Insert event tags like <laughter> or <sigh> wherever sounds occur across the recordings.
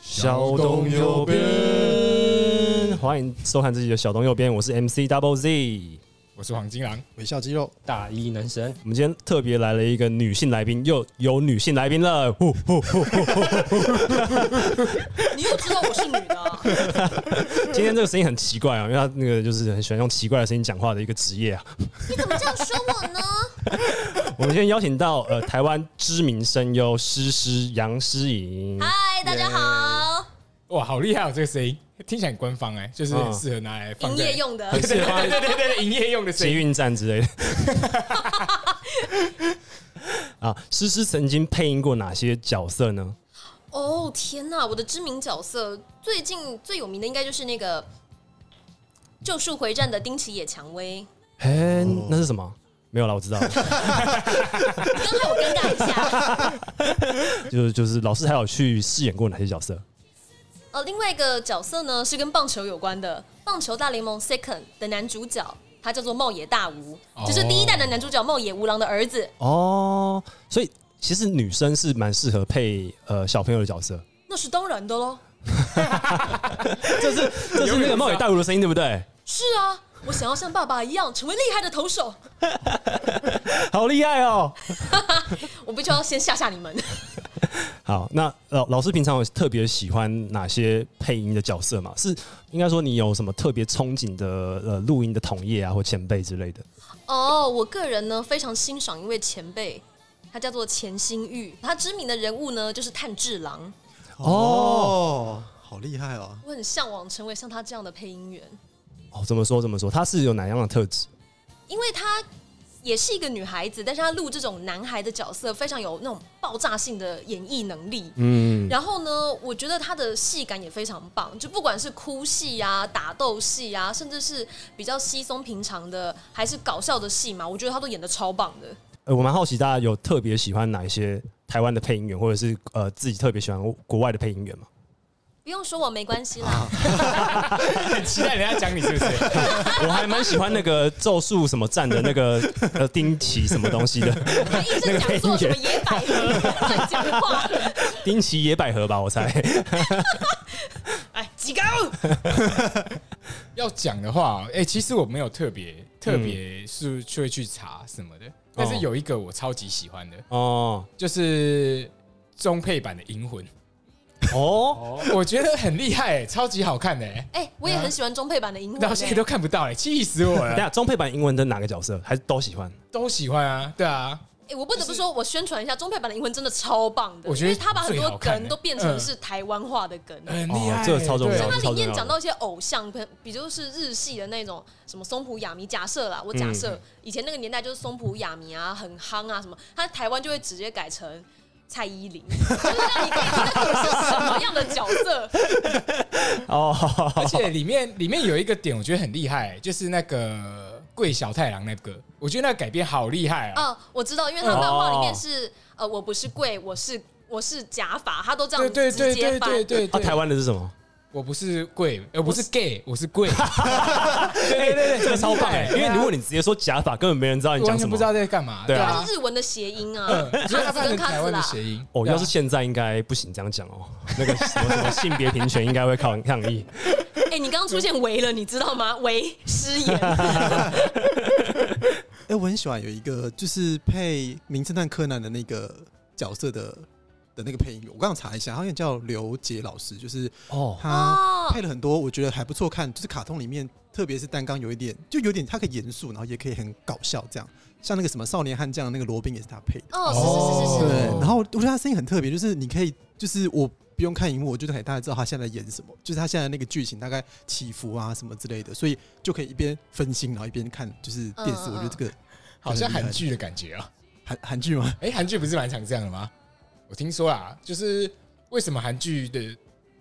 小东右边，欢迎收看这期的小东右边，我是 MC Double Z。我是黄金狼，微笑肌肉，大一男神，我们今天特别来了一个女性来宾，又有女性来宾了，呼呼呼呼你又知道我是女的啊、今天这个声音很奇怪啊，因为他那个就是很喜欢用奇怪的声音讲话的一个职业啊。你怎么这样说我呢？ <laughs> 我们今天邀请到呃台湾知名声优诗诗杨诗颖， <laughs> 嗨，大家好，哇，好厉害哦！这个声音听起来很官方哎、就是嗯很适合拿来放营在业，用的。很适合放 <laughs> 对对在对对对，营业用的声捷 <laughs> 音。运站之类的。啊，诗诗曾经配音过哪些角色呢？ <laughs> 哦天哪，我的知名角色最近最有名的应该就是那个《咒术回战》的丁崎野蔷薇。嘿、那是什么？没有啦，我知道了，刚才我尴尬一 <laughs> 下。就是就是老师还有去饰演过哪些角色？呃，另外一个角色呢是跟棒球有关的，《棒球大联盟 Second》的男主角，他叫做茂野大吾，就是第一代的男主角茂野吾郎的儿子。哦，所以其实女生是蛮适合配呃小朋友的角色，那是当然的喽。这是这是那个冒雨大陆的声音对不对？是啊，我想要像爸爸一样成为厉害的投手，好厉害哦！我必须要先吓吓你们。好，那老老师平常有特别喜欢哪些配音的角色吗？是应该说你有什么特别憧憬的呃录音的同业啊或前辈之类的？哦我个人呢非常欣赏一位前辈，他叫做钱新玉，他知名的人物呢就是炭治郎。哦，好厉害哦！我很向往成为像他这样的配音员，哦，怎么说怎么说？他是有哪样的特质？因为他也是一个女孩子，但是他录这种男孩的角色非常有那种爆炸性的演绎能力。嗯，然后呢，我觉得他的戏感也非常棒，就不管是哭戏啊、打斗戏啊，甚至是比较稀松平常的，还是搞笑的戏嘛，我觉得他都演的超棒的。呃，我蛮好奇大家有特别喜欢哪一些台湾的配音员，或者是呃自己特别喜欢国外的配音 <laughs> 员吗？不用说我没关系啦，很期待人家讲你是不是？ <laughs> 我还蛮喜欢那个咒术什么战的那个呃丁奇什么东西的 <laughs> 还一直讲做什么野百合乱讲话，丁奇野百合吧，我猜。哎，几高？要讲的话，哎、其实我没有特别特嗯别是去会去查什么的，但是有一个我超级喜欢的，哦就是中配版的《银魂哦，》，我觉得很厉害、欸，超级好看的、欸，哎，我也很喜欢中配版的银魂、欸到现在都看不到哎、气死我等一了！下中配版英文的哪个角色还是都喜欢？都喜欢啊，对啊，哎，我不得不说，我宣传一下中配版的银魂真的超棒的，我觉得因为他把很最多好看梗的都变成是台湾话的嗯哎梗。很厉害、欸哦这个超重要对超它里重要面的讲到一些偶像，比比如是日系的那种什么松浦亚弥，假设啦，我假设以前那个年代就是松浦亚弥啊，很夯啊什么，他台湾就会直接改成蔡依 <laughs> 林，就是让你可以知道你是什么样的角色。哦，而且里面里面有一个点，我觉得很厉害，就是那个桂小太郎那个，我觉得那个改编好厉害啊！哦，我知道，因为他漫画里面是、呃，我不是贵，我是我是假发，他都这样对直对对接对翻。对对啊，对，台湾的是什么？我不是贵，呃，不是 gay，我是 <laughs> 贵。对对对，这个超棒哎！因为如果你你直接说假发，根本没人知道你完讲什全不么知。道在干嘛，对啊它 <laughs> 是日文的谐音啊嗯，，所以卡他子翻成跟卡台子湾的啦。谐音。哦，对啊要是现在应该不行这样讲哦，那个什么什么性别平权应该会抗抗议。哎、你刚刚出现围了，你知道吗？围失 <laughs> 言，哎，我很喜欢有一个就是配《名侦探柯南》的那个角色的的那个配音员，我刚刚查一下，好像叫刘杰老师，就是哦，他配了很多我觉得还不错看，就是卡通里面，特别是单刚有一点，就有点他可以严肃，然后也可以很搞笑这样。像那个什么少年悍将那个罗宾也是他配的，哦，是是是是是。对，然后我觉得他声音很特别，就是你可以，就是我不用看荧幕，我就可以大概知道他现在在演什么，就是他现在那个剧情大概起伏啊什么之类的，所以就可以一边分心，然后一边看就是电视。嗯嗯我觉得这个好像韩剧的感觉啊。韩韩剧吗？哎，韩剧不是蛮常这样的吗？我听说啦，就是为什么韩剧的，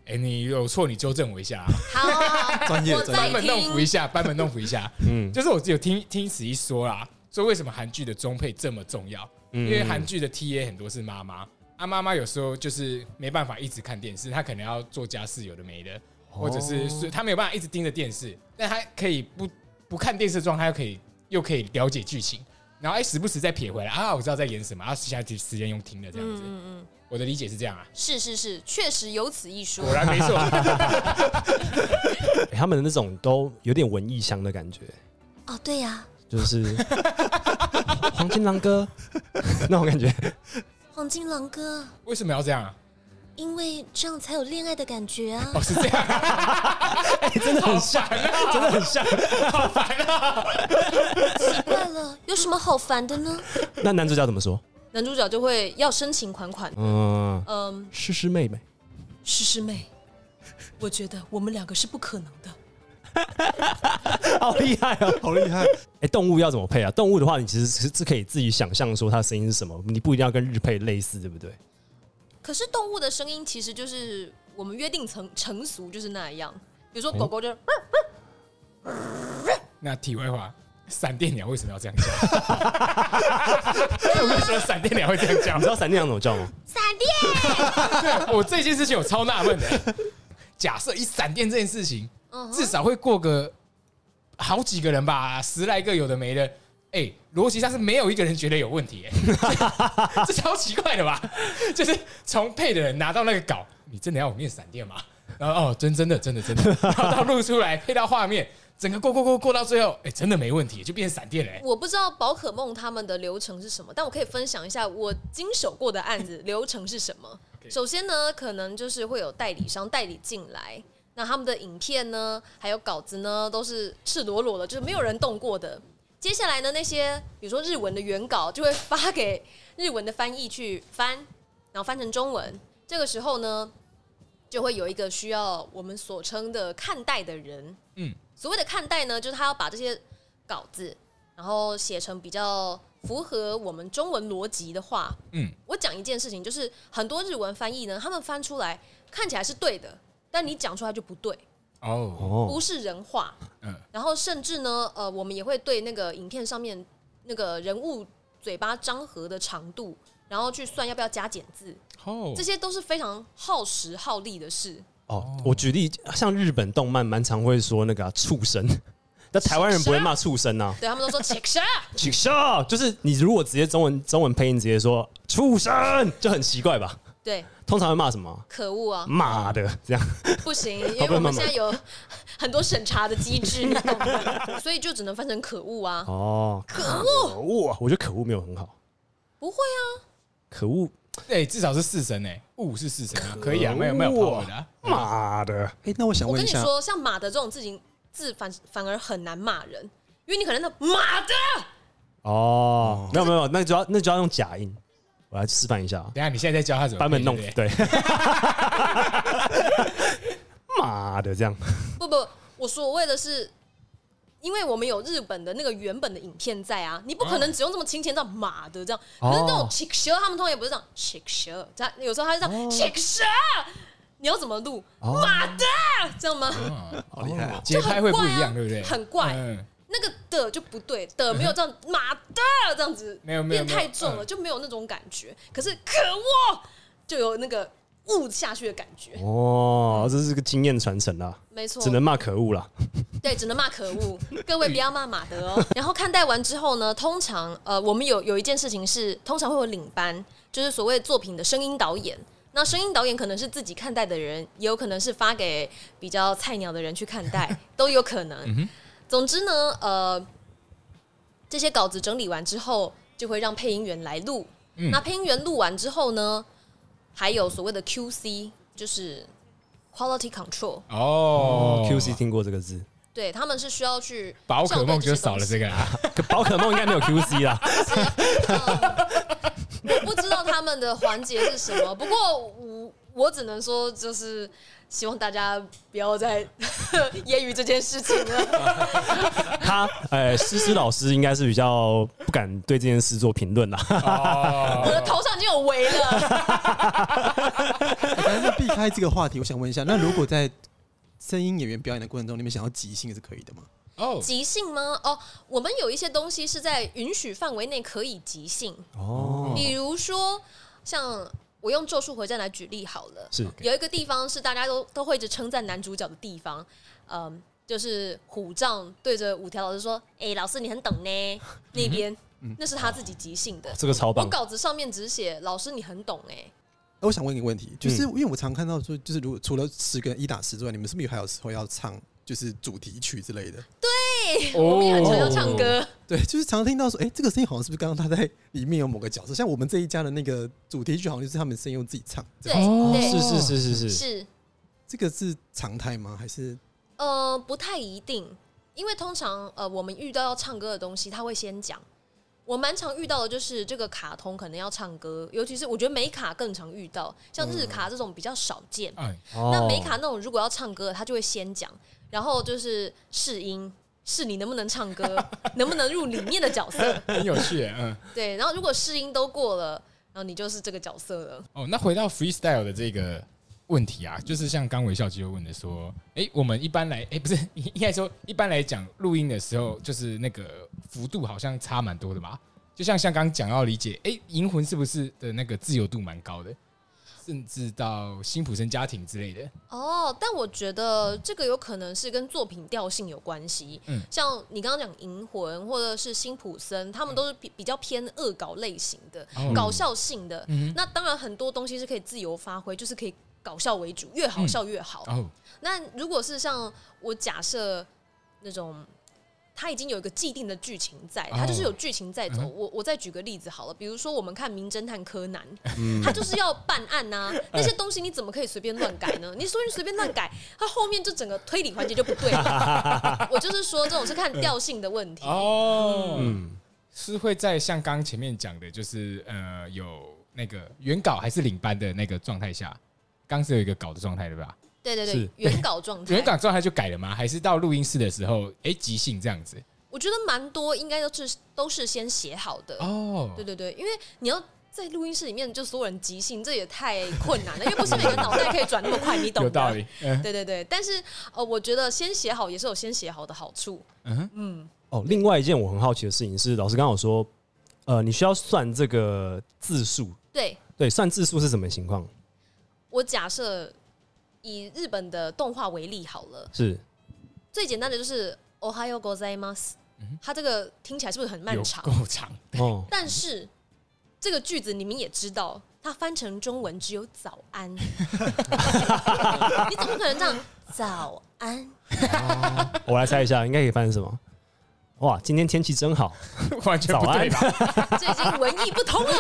哎，你有错你纠正我一下啊，好好，好 <laughs> 专业我专在班门弄听斧一下，班门弄斧一下。嗯，就是我只有听听史一说啦，说为什么韩剧的中配这么重要？因因为韩剧的 T A 很多是妈妈，啊妈妈有时候就是没办法一直看电视，她可能要做家事，有的没的，或者是是她没有办法一直盯着电视，但她可以不不看电视状态，又可以又可以了解剧情，然后哎时不时再撇回来啊，我知道在演什么，啊，下一集时间用听的这样子，嗯嗯嗯，我的理解是这样啊，是是是，确实有此一说果。然没错。欸他们的那种都有点文艺香的感觉，哦，对呀、就是 <laughs> 黄金狼 <laughs> 哥那种感觉。黄金狼哥， <laughs> 为什么要这样啊？因为这样才有恋爱的感觉 <laughs> 啊。哦，是这样啊，真的很像，啊 <laughs> 真的很像。奇怪了，有什么好烦的呢？那男主角怎么说？男主角就会要深情款款，嗯，嗯，诗诗妹妹，诗诗妹，我觉得我们两个是不可能的。好厉害哦！ <laughs> 好厉害！哎、动物要怎么配啊？动物的话，你其实是是可以自己想象说它的声音是什么，你不一定要跟日配类似，对不对？可是动物的声音其实就是我们约定成成俗就是那样，比如说狗狗就、那题外话，闪电鸟为什么要这样 <laughs> 讲？为什么闪电鸟会这样你讲知？道闪电狼怎么叫吗？闪电，对我这件事情我超纳闷的。假设以闪电这件事情，嗯至哼，少会过个好几个人吧，十来个有的没的。哎、逻辑上是没有一个人觉得有问题、哎， <laughs> 这超奇怪的吧？就是从配的人拿到那个稿，你真的要我念闪电吗？然后哦，真真的真的真的，然后到录出来配到画面，整个过过过过到最后，哎、真的没问题，就变成闪电了、哎我不知道宝可梦他们的流程是什么，但我可以分享一下我经手过的案子流程是什么。 OK 首先呢，可能就是会有代理商代理进来，那他们的影片呢，还有稿子呢，都是赤裸裸的，就是没有人动过的。接下来呢，那些比如说日文的原稿就会发给日文的翻译去翻，然后翻成中文。这个时候呢，就会有一个需要我们所称的看待的人。嗯嗯，所谓的看待呢，就是他要把这些稿子，然后写成比较符合我们中文逻辑的话。嗯嗯，我讲一件事情，就是很多日文翻译呢，他们翻出来看起来是对的，但你讲出来就不对，哦，哦不，是人话。嗯然后甚至呢，呃，我们也会对那个影片上面那个人物嘴巴张合的长度，然后去算要不要加减字，哦这，些都是非常耗时耗力的事。哦，我举例，像日本动漫蛮常会说那个啊、畜生，但台湾人不会骂畜生啊。对他们都说 <laughs> c h e c 畜 k shot，生就是你如果直接中文中文配音直接说畜生，就很奇怪吧？对，通常会骂什么？可恶啊，妈的，这样不行，因为我们现在有很多审查的机制，你懂吗？所以就只能翻成可恶啊，哦，可恶，可恶啊！我觉得可恶没有很好，不会啊，可恶，哎、至少是四神哎、物是四神啊，可以啊，没有没有可恶啊 power 的、啊，妈的，哎，那我想我问跟一你下，说，像马的这种字形字反反而很难骂人，因为你可能那马的，哦，没有没有，那就要那就要用假音，我来示范一下啊，等一下你现在在教他怎么版本弄配对不对对， <laughs> 妈的这样，不不，我所谓的是。因为我们有日本的那个原本的影片在啊，你不可能只用这么亲切这样马的这样，可是那种哦 chick s h 他们通常也不是这样 chick s h 这样有时候他是这样 chick s h 你要怎么录哦马的这样吗？ <laughs> 好厉害！嗯节拍会不一样，就很怪啊对不对？很怪嗯，那个的就不对，的没有这样马的这样子，没有没有变太重没有了，嗯就没有那种感觉。可是可恶，就有那个悟下去的感觉，哦，这是个经验传承啦，没错只，能骂可恶啦，对，只能骂可恶。各位不要骂马德哦。 <laughs> 然后看待完之后呢，通常呃，我们有有一件事情是，通常会有领班，就是所谓作品的声音导演。那声音导演可能是自己看待的人，也有可能是发给比较菜鸟的人去看待，都有可能。总之呢，呃，这些稿子整理完之后，就会让配音员来录。那配音员录完之后呢，还有所谓的 QC，就是 quality control，哦哦，QC 听过这个字，对他们是需要去宝可梦就少了这个。个啊啦，可宝可梦应该没有 QC 啦， <laughs> 我不知道他们的环节是什么， <laughs> 不过我我只能说，就是希望大家不要再 <laughs> 揶揄这件事情了。哦他哎，诗诗老师应该是比较不敢对这件事做评论啦， <laughs> 我哦，的呃头上已经有围了。但是避开这个话题，我想问一下，那如果在声音演员表演的过程中，你们想要即兴是可以的吗？哦，即兴吗？哦，我们有一些东西是在允许范围内可以即兴，哦，比如说像。我用《咒术回战》来举例好了，是有一个地方是大家都都会一直称赞男主角的地方，嗯，就是虎杖对着五条老师说：“哎、老师你很懂呢。”那边、那是他自己即兴的。这个超我棒，稿子上面只写“老师你很懂、欸”哎我想问你个问题，就是因为我常看到说，就是如果除了十跟一打十之外，你们是不是有还有时候要唱就是主题曲之类的？我们也很常常唱歌，对，就是常听到说，哎、这个声音好像是不是刚刚他在里面有某个角色？像我们这一家的那个主题曲，好像就是他们声优自己唱。这对样对是是是是是，是这个是常态吗？还是呃不太一定，因为通常呃我们遇到要唱歌的东西，他会先讲。我蛮常遇到的就是这个卡通可能要唱歌，尤其是我觉得美卡更常遇到，像日卡这种比较少见。哎，那哦美卡那种如果要唱歌，他就会先讲，然后就是试音，试你能不能唱歌，能不能入里面的角色。很有趣耶，嗯，对，然后如果试音都过了，然后你就是这个角色了。哦，那回到 freestyle 的这个问题啊，就是像刚微笑肌肉问的说，哎、我们一般来，哎、不是，应该说一般来讲，录音的时候就是那个幅度好像差蛮多的嘛。就像像刚讲到理解，哎、银魂是不是的那个自由度蛮高的，甚至到辛普森家庭之类的，哦，但我觉得这个有可能是跟作品调性有关系。嗯像你刚刚讲《银魂》或者是《辛普森》，他们都是比比较偏恶搞类型的、嗯哦搞笑性的。嗯那当然，很多东西是可以自由发挥，就是可以搞笑为主，越好笑越好。哦，那如果是像我假设那种，它已经有一个既定的剧情在，它就是有剧情在走。哦嗯我我再举个例子好了，比如说我们看《名侦探柯南》，嗯它就是要办案 <laughs> 呐、哎那些东西你怎么可以随便乱改呢？你随便随便乱改，它后面就整个推理环节就不对了。 <laughs> 我就是说，这种是看调性的问题。哦，嗯，是会在像刚前面讲的，就是呃，有那个原稿还是领班的那个状态下，刚是有一个稿的状态对吧？对对对是，原稿状态。原稿状态就改了吗？还是到录音室的时候，哎、即兴这样子？我觉得蛮多应该都是都是先写好的。哦对对对，因为你要在录音室里面就所有人即兴，这也太困 <laughs> 难了，因为不是每个人脑袋可以转那么快，你懂有的。道理。嗯对对对，但是呃，我觉得先写好也是有先写好的好处。哦，另外一件我很好奇的事情是，老师刚好说，呃，你需要算这个字数，对对，算字数是什么情况？我假设以日本的动画为例好了，是最简单的就是“おはようございます”，它这个听起来是不是很漫嗯有长？够长。 <laughs> 哦，但是这个句子你们也知道，它翻成中文只有“早 <laughs> 安”，你怎么可能这样“早安”？我来猜一下，应该可以翻成什么？哇，今天天气真好，完全不对吧？这已经文艺不通了。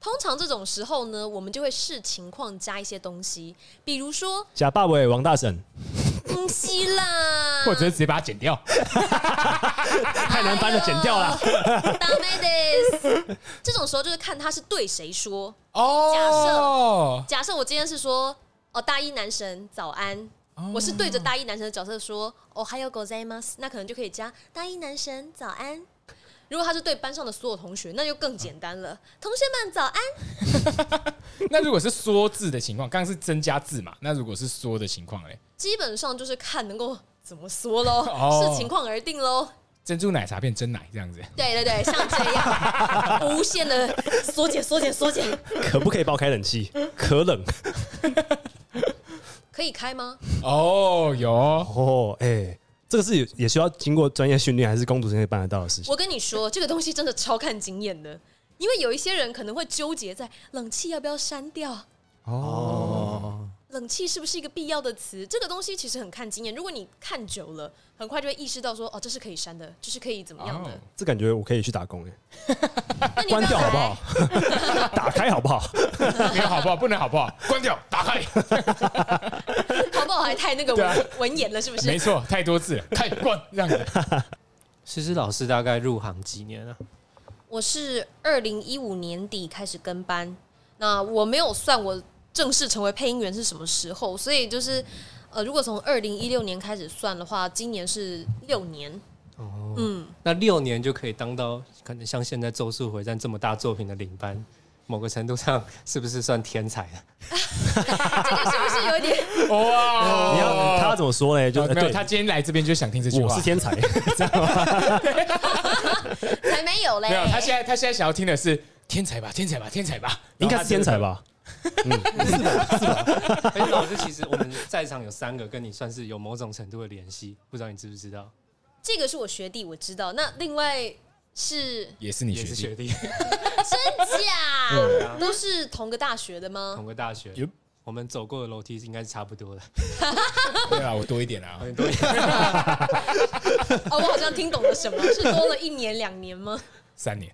通常这种时候呢，我们就会视情况加一些东西，比如说假爸伟王大婶， “嗯西啦”，或者是直接把它剪 <laughs> 掉。太难翻了剪掉啦。大妹的，这种时候就是看他是对谁说。哦，假设我今天是说“哦，大一男神早安”，哦我是对着大一男神的角色说“哦，还有狗在吗？”那可能就可以加“大一男神早安”。如果他是对班上的所有同学，那就更简单了。同学们早安。那如果是缩字的情况，刚刚是增加字嘛？那如果是缩的情况，哎，基本上就是看能够怎么说喽，哦视情况而定喽。珍珠奶茶变真奶这样 <laughs> 子，对对对，像这样无限的缩减、缩减、缩减，可不可以帮我开冷 <laughs> 气？可冷可以开吗？哦，有哦哦，哎、这个是也也需要经过专业训练，还是工读生可以办得到的事情？我跟你说，这个东西真的超看经验的，因为有一些人可能会纠结在冷气要不要删掉。哦，冷气是不是一个必要的词？这个东西其实很看经验。如果你看久了，很快就会意识到说，哦，这是可以删的，这是可以怎么样的。这感觉我可以去打工哎、那你关要掉好不来 <laughs> 好？打开好不好？没有好不好？不能好不好？关掉，打 <laughs> 开。好不好？还太那个对啊文文言了，是不是？没错，太多字了，太关这 <laughs> 样子。思思老师大概入行几年啊？我是二零一五年底开始跟班，那我没有算我正式成为配音员是什么时候，所以就是呃，如果从二零一六年开始算的话，今年是六年。哦，嗯，那六年就可以当到可能像现在《咒术回战》这么大作品的领班，某个程度上是不是算天才啊？ <laughs> 这个是不是有一点？哇，你要他要怎么说呢？就、哦哎没有，对，他今天来这边就想听这句我话是。天 <laughs> 才，才没有嘞没有，他现在他现在想要听的是天才吧，天才吧，天才吧，应该是天才吧？而且哎老师，其实我们在场有三个跟你算是有某种程度的联系，不知道你知不知道？这个是我学弟，我知道。那另外是也是你也学是学弟，弟， <laughs> <laughs> 假，啊都是同个大学的吗同？个大学 Yep，我们走过的楼梯应该是差不多的，对啊，我多一点 <laughs> 啦好。像都一样哦，我好像听懂了什么，是多了一年两年吗？三年，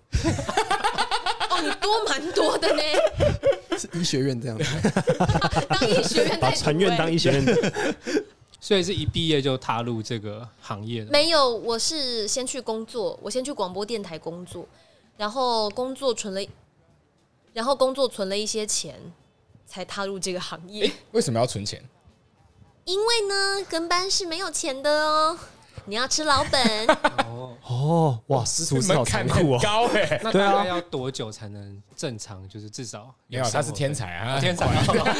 哦，你多蛮多的呢，是医学院这样 <laughs> 子，当医学院把在哎成员当医学 <laughs> 院所以是一毕业就踏入这个行业的。没有，我是先去工作，我先去广播电台工作，然后工作存了，然后工作存了一些钱，才踏入这个行业。诶，为什么要存钱？因为呢，跟班是没有钱的哦，你要吃老本。哦，哦，哇，师徒是好门残槛酷很哦。高 <laughs> 哎，那对啊大概要多久才能正常？就是至少没有，他是天生才活啊，他费，天才很快。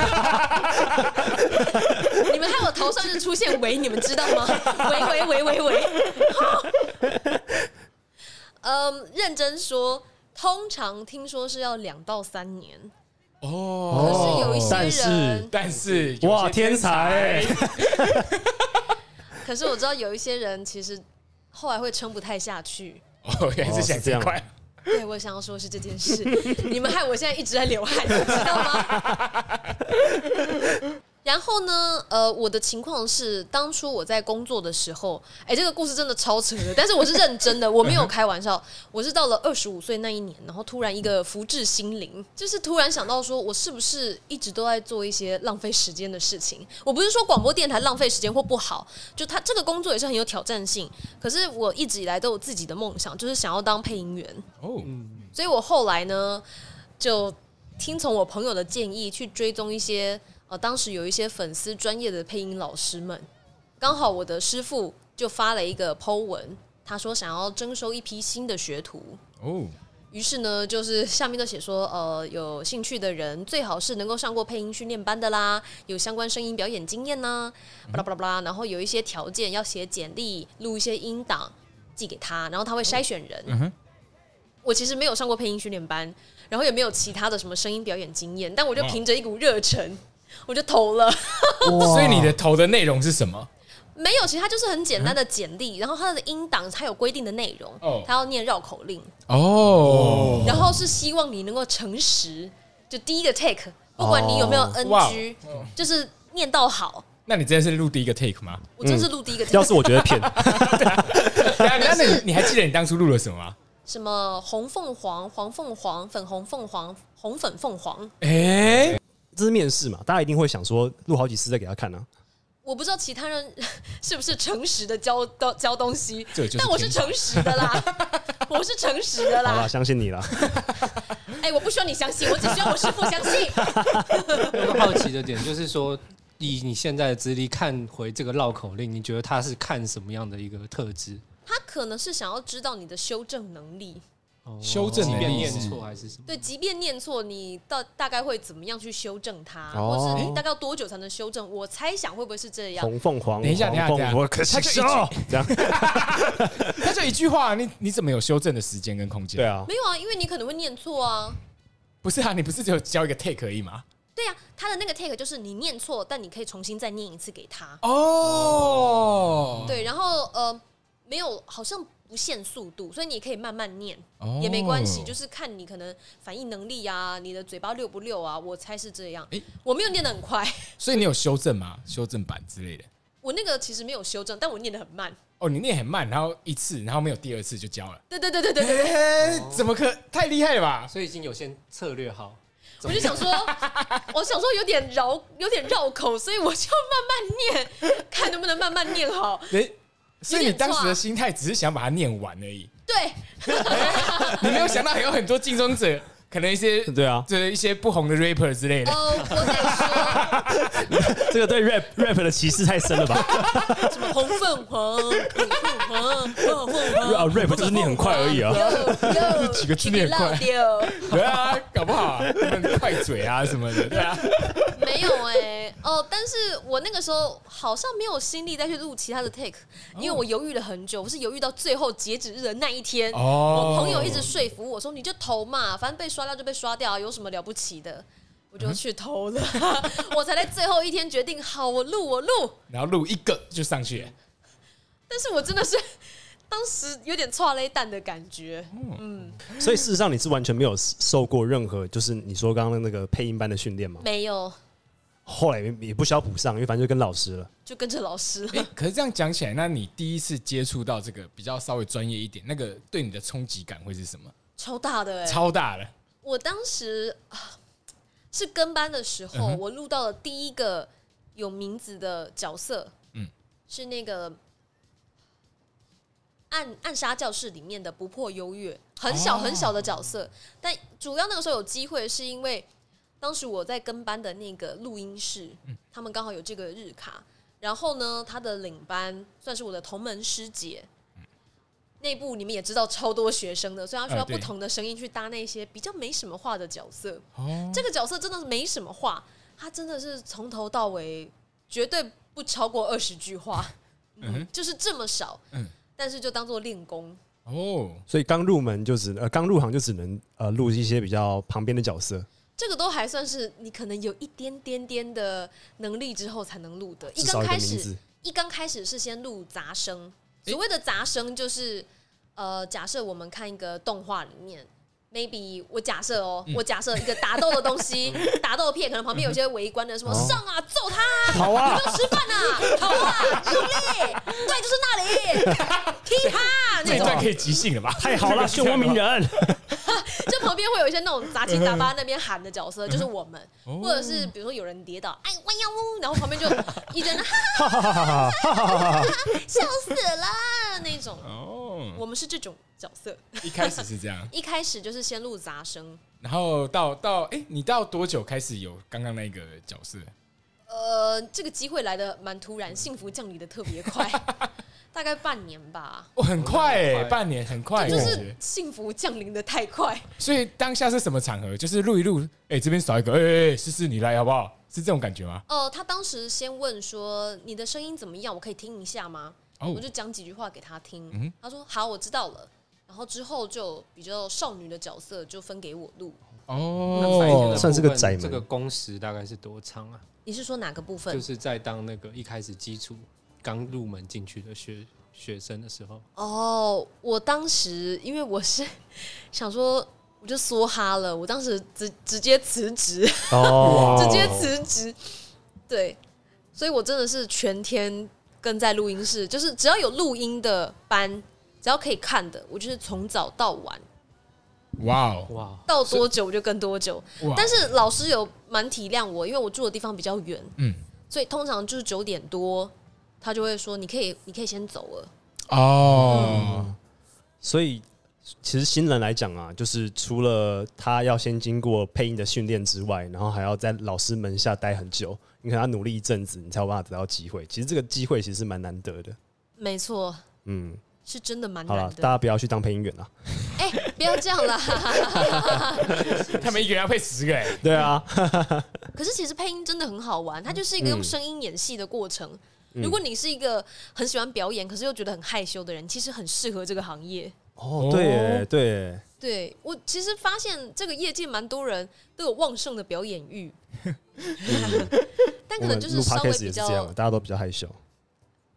你们害我头上就出现围，你们知道吗？围围围围围。 <laughs> 嗯，认真说，通常听说是要两到三年，可哦，是有一但些人是，但是有些哇，天才！可是我知道有一些人其实后来会撑不太下去。 <laughs> 哦，原来是想哦是这样快，对，我想要说的是这件事， <laughs> 你们害我现在一直在流汗，你知道吗？ <laughs> 然后呢，呃，我的情况是，当初我在工作的时候，哎，这个故事真的超扯的，但是我是认真的，我没有开玩笑。 <laughs> 我是到了二十五岁那一年，然后突然一个福至心灵，就是突然想到说，我是不是一直都在做一些浪费时间的事情？我不是说广播电台浪费时间或不好，就他这个工作也是很有挑战性。可是我一直以来都有自己的梦想，就是想要当配音员。哦，所以我后来呢，就听从我朋友的建议，去追踪一些呃，当时有一些粉丝专业的配音老师们。刚好我的师傅就发了一个 Po 文，他说想要征收一批新的学徒。哦，于是呢，就是下面都写说，呃，有兴趣的人最好是能够上过配音训练班的啦，有相关声音表演经验呐、嗯巴拉巴拉巴拉，然后有一些条件要写简历，录一些音档寄给他，然后他会筛选人。嗯哼我其实没有上过配音训练班，然后也没有其他的什么声音表演经验，但我就凭着一股热忱，我就 <laughs> 投了。所以你的投的内容是什么？没有，其实它就是很简单的简历，然后它的音档它有规定的内容，嗯哦它要念绕口令，哦，然后是希望你能够诚实，就第一个 take，不管你有没有哦 NG，、就是念到好。那你真的是录第一个 take <laughs> 吗？我真是录嗯第一个 <laughs> take，、要是我觉得骗， <laughs> 对啊，那你你还记得你当初录了什么吗？什么红凤凰、黄凤凰、粉红凤凰、红粉凤凰，哎，这是面试嘛，大家一定会想说录好几次再给他看 <laughs> 啊。我不知道其他人 <laughs> 是不是诚实的教教教东西，这就是但我是天才诚实的啦， <laughs> 我是诚实的啊好啦，啦。相信你啦。哎、我不需要你相信，我只需要我师傅相信。我 <laughs> 好奇的点就是说，以你现在的资历看回这个绕口令，你觉得他是看什么样的一个特质？他可能是想要知道你的修正能力，哦修正即能便力念是错还是什么？对，即便念错，你到大概会怎么样去修正它，哦或是你大概要多久才能修正？我猜想会不会是这样？红凤凰， <laughs> 等一下黄等一下凤等一下我可惜他就一句哦， <laughs> 这样他就一句话，你你怎么有修正的时间跟空间？对，啊，没有啊，因为你可能会念错啊。不是啊，你不是只有教一个 take 而已吗？对啊，他的那个 take 就是你念错，但你可以重新再念一次给他。哦，对，然后呃，没有，好像不限速度，所以你可以慢慢念。哦也没关系，就是看你可能反应能力啊，你的嘴巴溜不溜啊，我猜是这样。诶我没有念得很快，所以你有修正吗？修正版之类的？我那个其实没有修正，但我念得很慢。哦，你念很慢，然后一次，然后没有第二次就教了。对对对对对对对，哎，怎么可太厉害了吧？所以已经有先策略好，我就想说，我想说有点绕，有点绕口，所以我就慢慢念，看能不能慢慢念好。哎，所以你当时有点错啊的心态只是想把它念完而已，对，你没有想到还有很多竞争者， <laughs> 可能一些对啊，这一些不红的 rapper 之类的。呃，我得这个对 rap rap 的歧视太深了吧？说什么红凤凰、红凤凰、红凤 <laughs> 啊凰。 ，rap 就是念很快而已 <laughs> 啊。有有几个字念很快给绕掉对啊，搞不好他们快嘴啊什么的，对啊。没有哎、哦，但是我那个时候好像没有心力再去录其他的 take，因为我犹豫了很久，我是犹豫到最后截止日的那一天。哦啊我朋友一直说服我说，你就投嘛，反正被刷掉就被刷掉，有什么了不起的？我就去投了， <laughs> 我才在最后一天决定，好，我录我录。然后录一个就上去了，但是我真的是当时有点错了蛋的感觉，嗯，所以事实上你是完全没有受过任何，就是你说刚刚那个配音班的训练嘛？没有，后来也也不需要补上，因为反正就跟老师了。就跟着老师了。哎、可是这样讲起来，那你第一次接触到这个比较稍微专业一点，那个对你的冲击感会是什么？超大的哎、超大的，我当时啊是跟班的时候，嗯哼我录到了第一个有名字的角色，嗯是那个暗暗杀教室里面的不破优越，很小哦很小的角色，但主要那个时候有机会，是因为当时我在跟班的那个录音室，他们刚好有这个日卡，然后呢，他的领班算是我的同门师姐。内部你们也知道超多学生的，所以他需啊要对不同的声音去搭那些比较没什么话的角色。哦，这个角色真的是没什么话，他真的是从头到尾绝对不超过二十句话，嗯哼，就是这么少。嗯但是就当做练功，哦，所以刚入门就只能呃刚入行就只能呃录一些比较旁边的角色，这个都还算是你可能有一点点点的能力之后才能录的。至刚少一个开名始，字。一刚开始是先录杂声，诶所谓的杂声就是，呃，假设我们看一个动画里面。maybe 我假设哦，嗯我假设一个打斗的东 <laughs> 西，打斗片可能旁边有些围观的什么哦上啊，揍他好啊，要吃饭啊，好啊，努力，对，就是那里，踢他啊这那一段种，可以即兴了吧？太 <laughs> 好了，漩涡鸣人。就旁边会有一些那种杂七杂八那边喊的角色，就是我们，哦或者是比如说有人跌倒，哎，弯腰呜，然后旁边就一阵哈哈哈哈哈哈哈，笑死了那种，哦，我们是这种角色，一开始是这样，一开始就是先录杂声，然后到到哎、你到多久开始有刚刚那个角色？呃，这个机会来的蛮突然，幸福降临的特别快，大概半年吧。哦，很快哎、很快半年很快、欸，就是幸福降临的太快，所以当下是什么场合？就是录一录，哎、这边少一个，哎、哎哎，思思你来好不好？是这种感觉吗？哦、他当时先问说：“你的声音怎么样？我可以听一下吗？”哦我就讲几句话给他听。嗯哼他说：“好，我知道了。”然后之后就比较少女的角色就分给我录。那反应的哦部，算是个分宅门这个工时大概是多长啊？你是说哪个部分？就是在当那个一开始基础刚入门进去的学学生的时候，哦，我当时因为我是想说，我就梭哈了，我当时直直接辞职，哦，直接辞职。对，所以我真的是全天跟在录音室，就是只要有录音的班，只要可以看的，我就是从早到晚。哇哦，哇，到多久我就跟多久。哇但是老师有蛮体谅我，因为我住的地方比较远，嗯，所以通常就是九点多，他就会说你可以，你可以先走了。哦，所以其实新人来讲啊，就是除了他要先经过配音的训练之外，然后还要在老师门下待很久，你可能要努力一阵子，你才有办法得到机会。其实这个机会其实是蛮难得的。没错，嗯，是真的蛮好了难，大的。家不要去当配音员啊。哎、不要这样啦。 <laughs> 他们一个人要配十个哎、对啊，可是其实配音真的很好嗯玩，它就是一个用声音演戏的过程。如果你是一个很喜欢表演，可是又觉得很害羞的人，其实很适合这个行业。哦，对耶，对耶，对我其实发现这个业界蛮多人都有旺盛的表演 <laughs> 欲， <laughs> 嗯我但可们能就录是稍微 podcast 也比是这样较的，大家都比较害羞，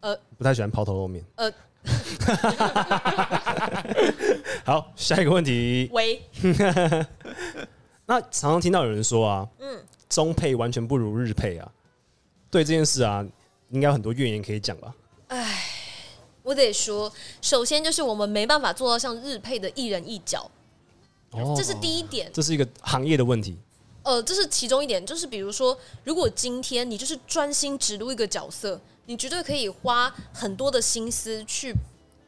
呃不太喜欢抛头露面。呃， <laughs> 好，下一个问题。喂。那常常听到有人说啊，嗯，中配完全不如日配啊。对这件事啊，应该有很多怨言可以讲吧？我得说，首先就是我们没办法做到像日配的一人一脚，哦这是第一点。这是一个行业的问题。呃，这是其中一点，就是比如说，如果今天你就是专心只录一个角色，你绝对可以花很多的心思去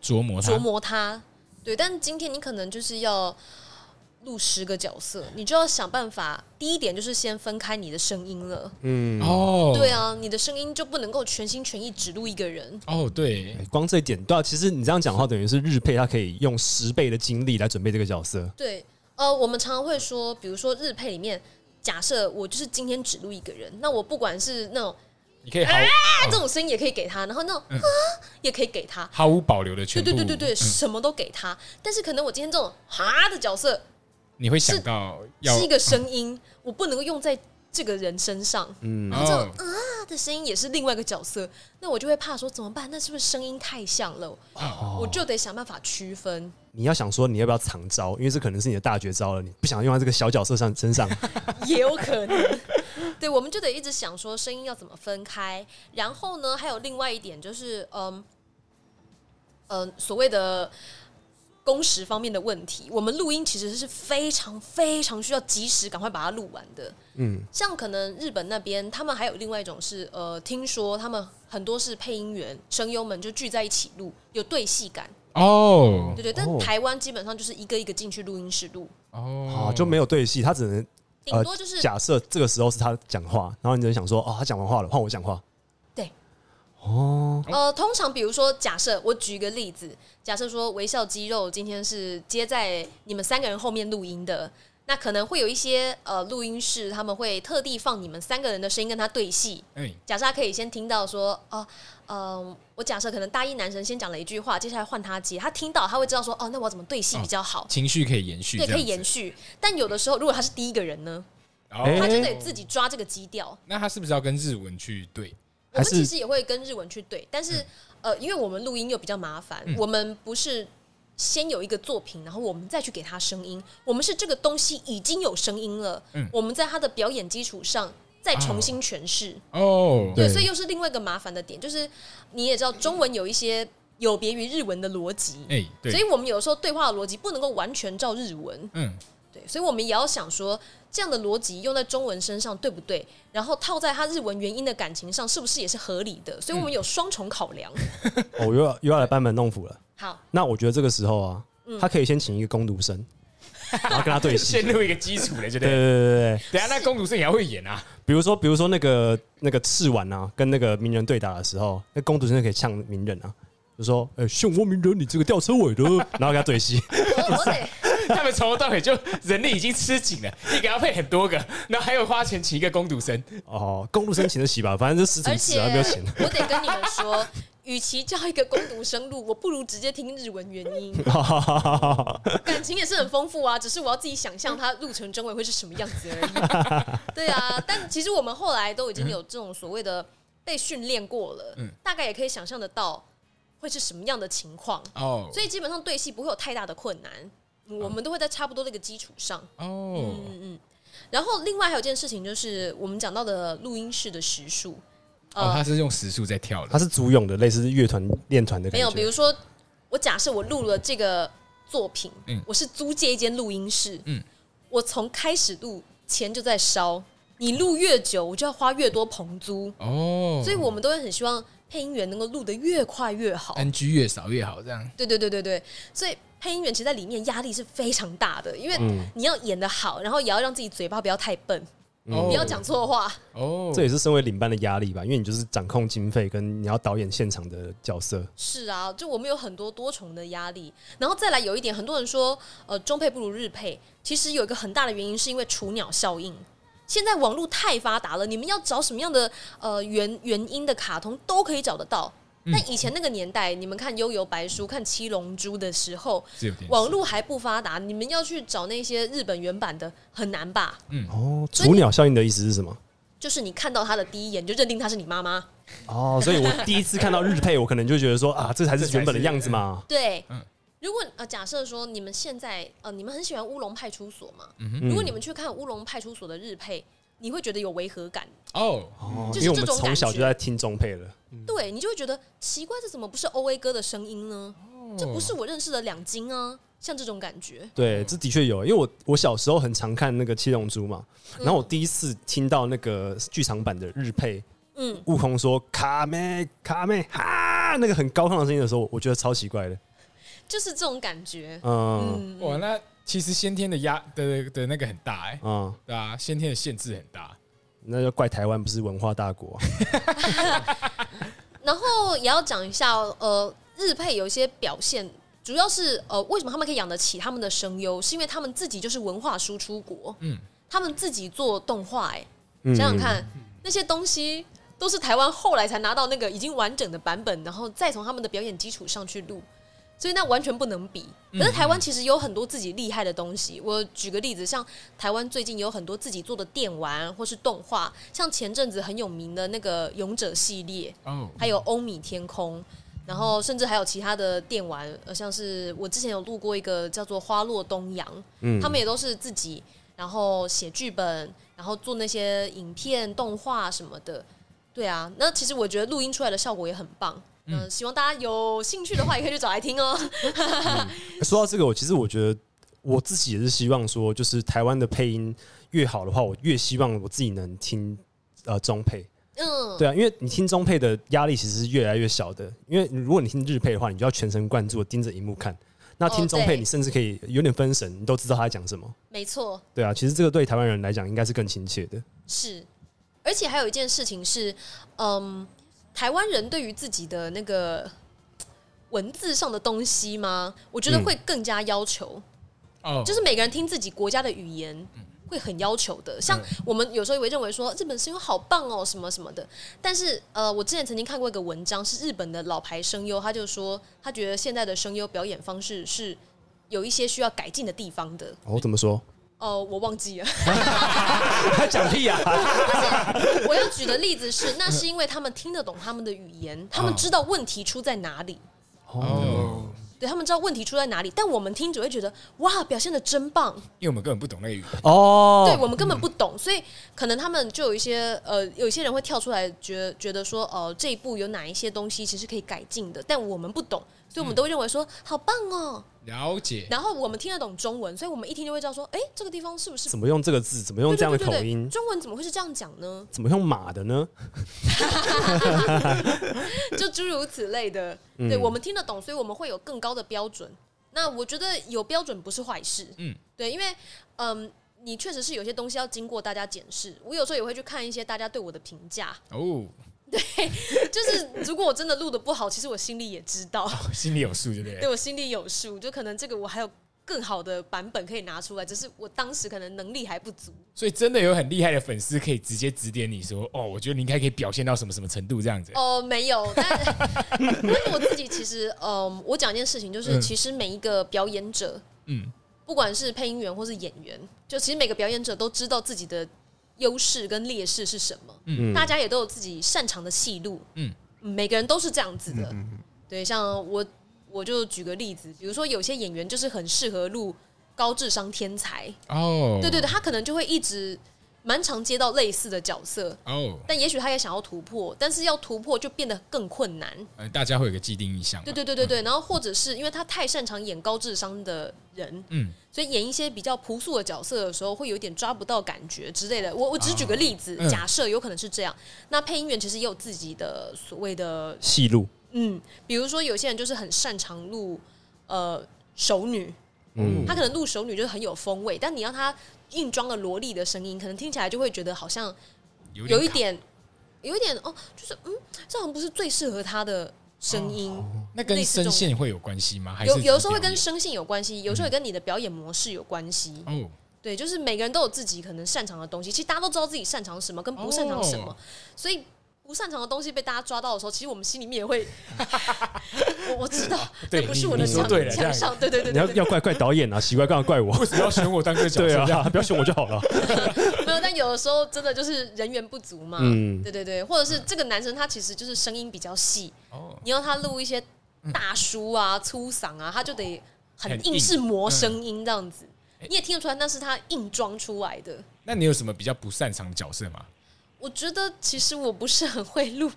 琢磨他琢磨它。对，但今天你可能就是要录十个角色，你就要想办法。第一点就是先分开你的声音了。嗯，哦，对啊，你的声音就不能够全心全意只录一个人。哦对，光这一点，对啊，其实你这样讲的话，等于是日配他可以用十倍的精力来准备这个角色。对，呃，我们常常会说，比如说日配里面，假设我就是今天只录一个人，那我不管是那种你可以毫啊这种声音也可以给他，然后那种、啊也可以给他，毫无保留的嗯全对部，嗯对对对对，什么都给他。但是可能我今天这种哈的角色你会想到要是一个声音，我不能够用在这个人身上。哦，啊，他的声音也是另外一个角色，那我就会怕说怎么办？那是不是声音太像了？哦我就得想办法区分。你要想说你要不要藏招，因为这可能是你的大绝招了，你不想用在这个小角色上身上。 <laughs> 也有可能。对，我们就得一直想说声音要怎么分开。然后呢，还有另外一点就是，嗯，嗯，所谓的工时方面的问题，我们录音其实是非常非常需要及时赶快把它录完的。嗯，像可能日本那边，他们还有另外一种是，呃，听说他们很多是配音员声优们就聚在一起录，有对戏感。哦对对，但哦台湾基本上就是一个一个进去录音室录，哦哦，就没有对戏，他只能顶多就是假设这个时候是他讲话，然后你就想说，哦，他讲完话了，换我讲话。对。哦，呃，通常比如说，假设我举一个例子，假设说微笑肌肉今天是接在你们三个人后面录音的，那可能会有一些呃录音室，他们会特地放你们三个人的声音跟他对戏。哎假设他可以先听到说，哦、嗯、我假设可能大一男神先讲了一句话，接下来换他接，他听到他会知道说，哦，那我要怎么对戏比较好，情绪可以延续，对，可以延续。续。但有的时候，如果他是第一个人呢，哦他就得自己抓这个基调。那他是不是要跟日文去对？我们还是其实也会跟日文去对，但是、呃，因为我们录音又比较麻烦，我们不是先有一个作品，然后我们再去给他声音，我们是这个东西已经有声音了，嗯我们在他的表演基础上再重新诠释，哦，对，对所以又是另外一个麻烦的点，就是你也知道中文有一些有别于日文的逻辑。哎，对，所以我们有时候对话的逻辑不能够完全照日文，嗯，对，所以我们也要想说，这样的逻辑用在中文身上对不对？然后套在它日文原音的感情上，是不是也是合理的？所以我们有双重考量。哦，又要又要来班门弄斧了。好，那我觉得这个时候啊，他可以先请一个攻读生，然后跟他对 <laughs> 戏。先对入一个基础的，就对对对对。对，等一下那公主是也要会演啊， <laughs> 比如说比如说那个那个赤丸啊，跟那个鸣人对打的时候，那攻读生就可以呛鸣人啊，就说：“哎、漩涡鸣人，你这个吊车尾的。”然后跟他对戏。 <laughs> 我我得他们从头到尾就人力已经吃紧了，你给他配很多个，然后还有花钱请一个公主生，哦，攻读生请得起吧，反正这十而成十且啊，没有钱。 <laughs> 我得跟你们说，与其叫一个攻读生录，我不如直接听日文原音，感情也是很丰富啊。只是我要自己想象它录成中文会是什么样子而已。对啊，但其实我们后来都已经有这种所谓的被训练过了，嗯大概也可以想象得到会是什么样的情况。哦所以基本上对戏不会有太大的困难，我们都会在差不多这个基础上。哦，嗯然后另外还有一件事情就是我们讲到的录音室的时数，哦，他是用时速在跳的他，是足泳的，类似乐团练团的感没觉。有，比如说我假设我录了这个作品，嗯我是租借一间录音室，嗯我从开始录钱就在烧，你录越久，我就要花越多棚租，哦，所以我们都会很希望配音员能够录得越快越好。 NG 越少越好，这样对对对对对，所以配音员其实在里面压力是非常大的，因为你要演得好，然后也要让自己嘴巴不要太笨，哦不要讲错话。哦，嗯这也是身为领班的压力吧，因为你就是掌控经费，跟你要导演现场的角色。是啊，就我们有很多多重的压力，然后再来有一点，很多人说呃中配不如日配，其实有一个很大的原因是因为雏鸟效应。现在网络太发达了，你们要找什么样的呃原原音的卡通都可以找得到。但以前那个年代，你们看《悠游白书》、看《七龙珠》的时候，是有点网络还不发达，你们要去找那些日本原版的很难吧？哦，所以雏鸟效应的意思是什么？就是你看到他的第一眼你就认定他是你妈妈，哦，所以我第一次看到日配，我可能就觉得说啊，这才这才是是原本的样子嘛。对。嗯如果呃，假设说你们现在呃，你们很喜欢乌龙派出所嘛？嗯如果你们去看乌龙派出所的日配，你会觉得有违和感，哦，哦，就因是为我这们种从小感觉就在听中配了。对你就会觉得奇怪，这怎么不是 O A 哥的声音呢？这不是我认识的两金啊，像这种感觉。对，这的确有，因为我我小时候很常看那个《七龙珠》嘛，然后我第一次听到那个剧场版的日配，嗯，悟空说卡妹卡妹哈那个很高亢的声音的时候，我觉得超奇怪的。就是这种感觉。嗯哇，那其实先天的压的的那个很大哎，嗯，对啊，先天的限制很大，那就怪台湾不是文化大国。啊然后也要讲一下，呃，日配有一些表现，主要是呃，为什么他们可以养得起他们的声优，是因为他们自己就是文化输出国，嗯嗯，他们自己做动画、欸，嗯想想看，那些东西都是台湾后来才拿到那个已经完整的版本，然后再从他们的表演基础上去录。所以那完全不能比。嗯可是台湾其实有很多自己厉害的东西。我举个例子，像台湾最近有很多自己做的电玩或是动画，像前阵子很有名的那个《勇者》系列，哦，还有《欧米天空》，然后甚至还有其他的电玩，呃，像是我之前有录过一个叫做《花落东阳》，嗯他们也都是自己然后写剧本，然后做那些影片、动画什么的。对啊，那其实我觉得录音出来的效果也很棒。嗯、希望大家有兴趣的话，也可以去找来听哦。说到这个，我其实我觉得我自己也是希望说，就是台湾的配音越好的话，我越希望我自己能听呃中配。嗯，对啊，因为你听中配的压力其实是越来越小的，因为如果你听日配的话，你就要全神贯注的盯着荧幕看。那听哦中配，对你甚至可以有点分神，你都知道他在讲什么。没错，对啊，其实这个对台湾人来讲应该是更亲切的。是。而且还有一件事情是，嗯，台湾人对于自己的那个文字上的东西吗？我觉得嗯会更加要求。哦，就是每个人听自己国家的语言会很要求的。像我们有时候也会认为说日本声优好棒哦，什么什么的。但是呃，我之前曾经看过一个文章，是日本的老牌声优，他就说他觉得现在的声优表演方式是有一些需要改进的地方的。哦，怎么说？哦，我忘记了。他 <laughs> 讲屁啊呀、 <laughs> 我要举的例子是，那是因为他们听得懂他们的语啊言，他们知道问题出在哪里。哦，对他们知道问题出在哪里，但我们听只会觉得哇，表现的真棒，因为我们根本不懂那个语言，哦，对我们根本不懂，所以可能他们就有一些呃，有一些人会跳出来觉得觉得说，呃，这一步有哪一些东西其实可以改进的，但我们不懂，所以我们都会认为说、好棒哦。了解，然后我们听得懂中文，所以我们一听就会知道说，哎、这个地方是不是怎么用这个字？怎么用对这样的对口对对，音？中文怎么会是这样讲呢？怎么用马的呢？就诸如此类的，嗯对我们听得懂，所以我们会有更高的标准。那我觉得有标准不是坏事，嗯嗯，对，因为嗯，你确实是有些东西要经过大家检视。我有时候也会去看一些大家对我的评价，哦，就是 <laughs> 如果我真的录的不好，其实我心里也知道，心里有数，对不对对？我心里有数，就可能这个我还有更好的版本可以拿出来，只是我当时可能能力还不足。所以真的有很厉害的粉丝可以直接指点你说，哦，我觉得你应该可以表现到什么什么程度这样子。哦，没有，但因为我自己其实，嗯，我讲一件事情，就是嗯其实每一个表演者，嗯，不管是配音员或是演员，就其实每个表演者都知道自己的优势跟劣势是什么，嗯，大家也都有自己擅长的戏路，嗯嗯，每个人都是这样子的，对，像我我就举个例子，比如说有些演员就是很适合录高智商天才，哦，对对对，他可能就会一直蛮常接到类似的角色，哦，但也许他也想要突破，但是要突破就变得更困难，呃，大家会有个既定印象嘛，对对对对对，然后或者是因为他太擅长演高智商的人，嗯嗯，所以演一些比较朴素的角色的时候，会有点抓不到感觉之类的。我我只举个例子，嗯假设有可能是这样。那配音员其实也有自己的所谓的，戏路，嗯，比如说有些人就是很擅长录呃熟女，嗯，他可能录熟女就是很有风味，但你让他硬装个萝莉的声音，可能听起来就会觉得好像有有一卡点，有一点哦，就是嗯，这好像不是最适合他的声音。那跟类似这声种线会有关系吗？哦还是有有的只时候会表跟演嗯声线有关系，有时候也跟你的表演模式有关系。哦，对，就是每个人都有自己可能擅长的东西，其实大家都知道自己擅长什么跟不擅长什么，哦所以不擅长的东西被大家抓到的时候，其实我们心里面也会， <laughs> 我我知道对这不你是我的你说强对了这样强项，对对对你要对对，要怪怪导演啊，奇怪，干嘛怪我？为什么要选我当这个角色？对这样啊，不要选我就好了。没有，但有的时候真的就是人员不足嘛，嗯对对对，或者是这个男生他其实就是声音比较细，哦，你要他录一些大叔啊、粗嗓啊，他就得很很硬硬是磨声音这样子，你也听得出来那是他硬装出来的。 <laughs> 那你有什么比较不擅长的角色吗？我觉得其实我不是很会录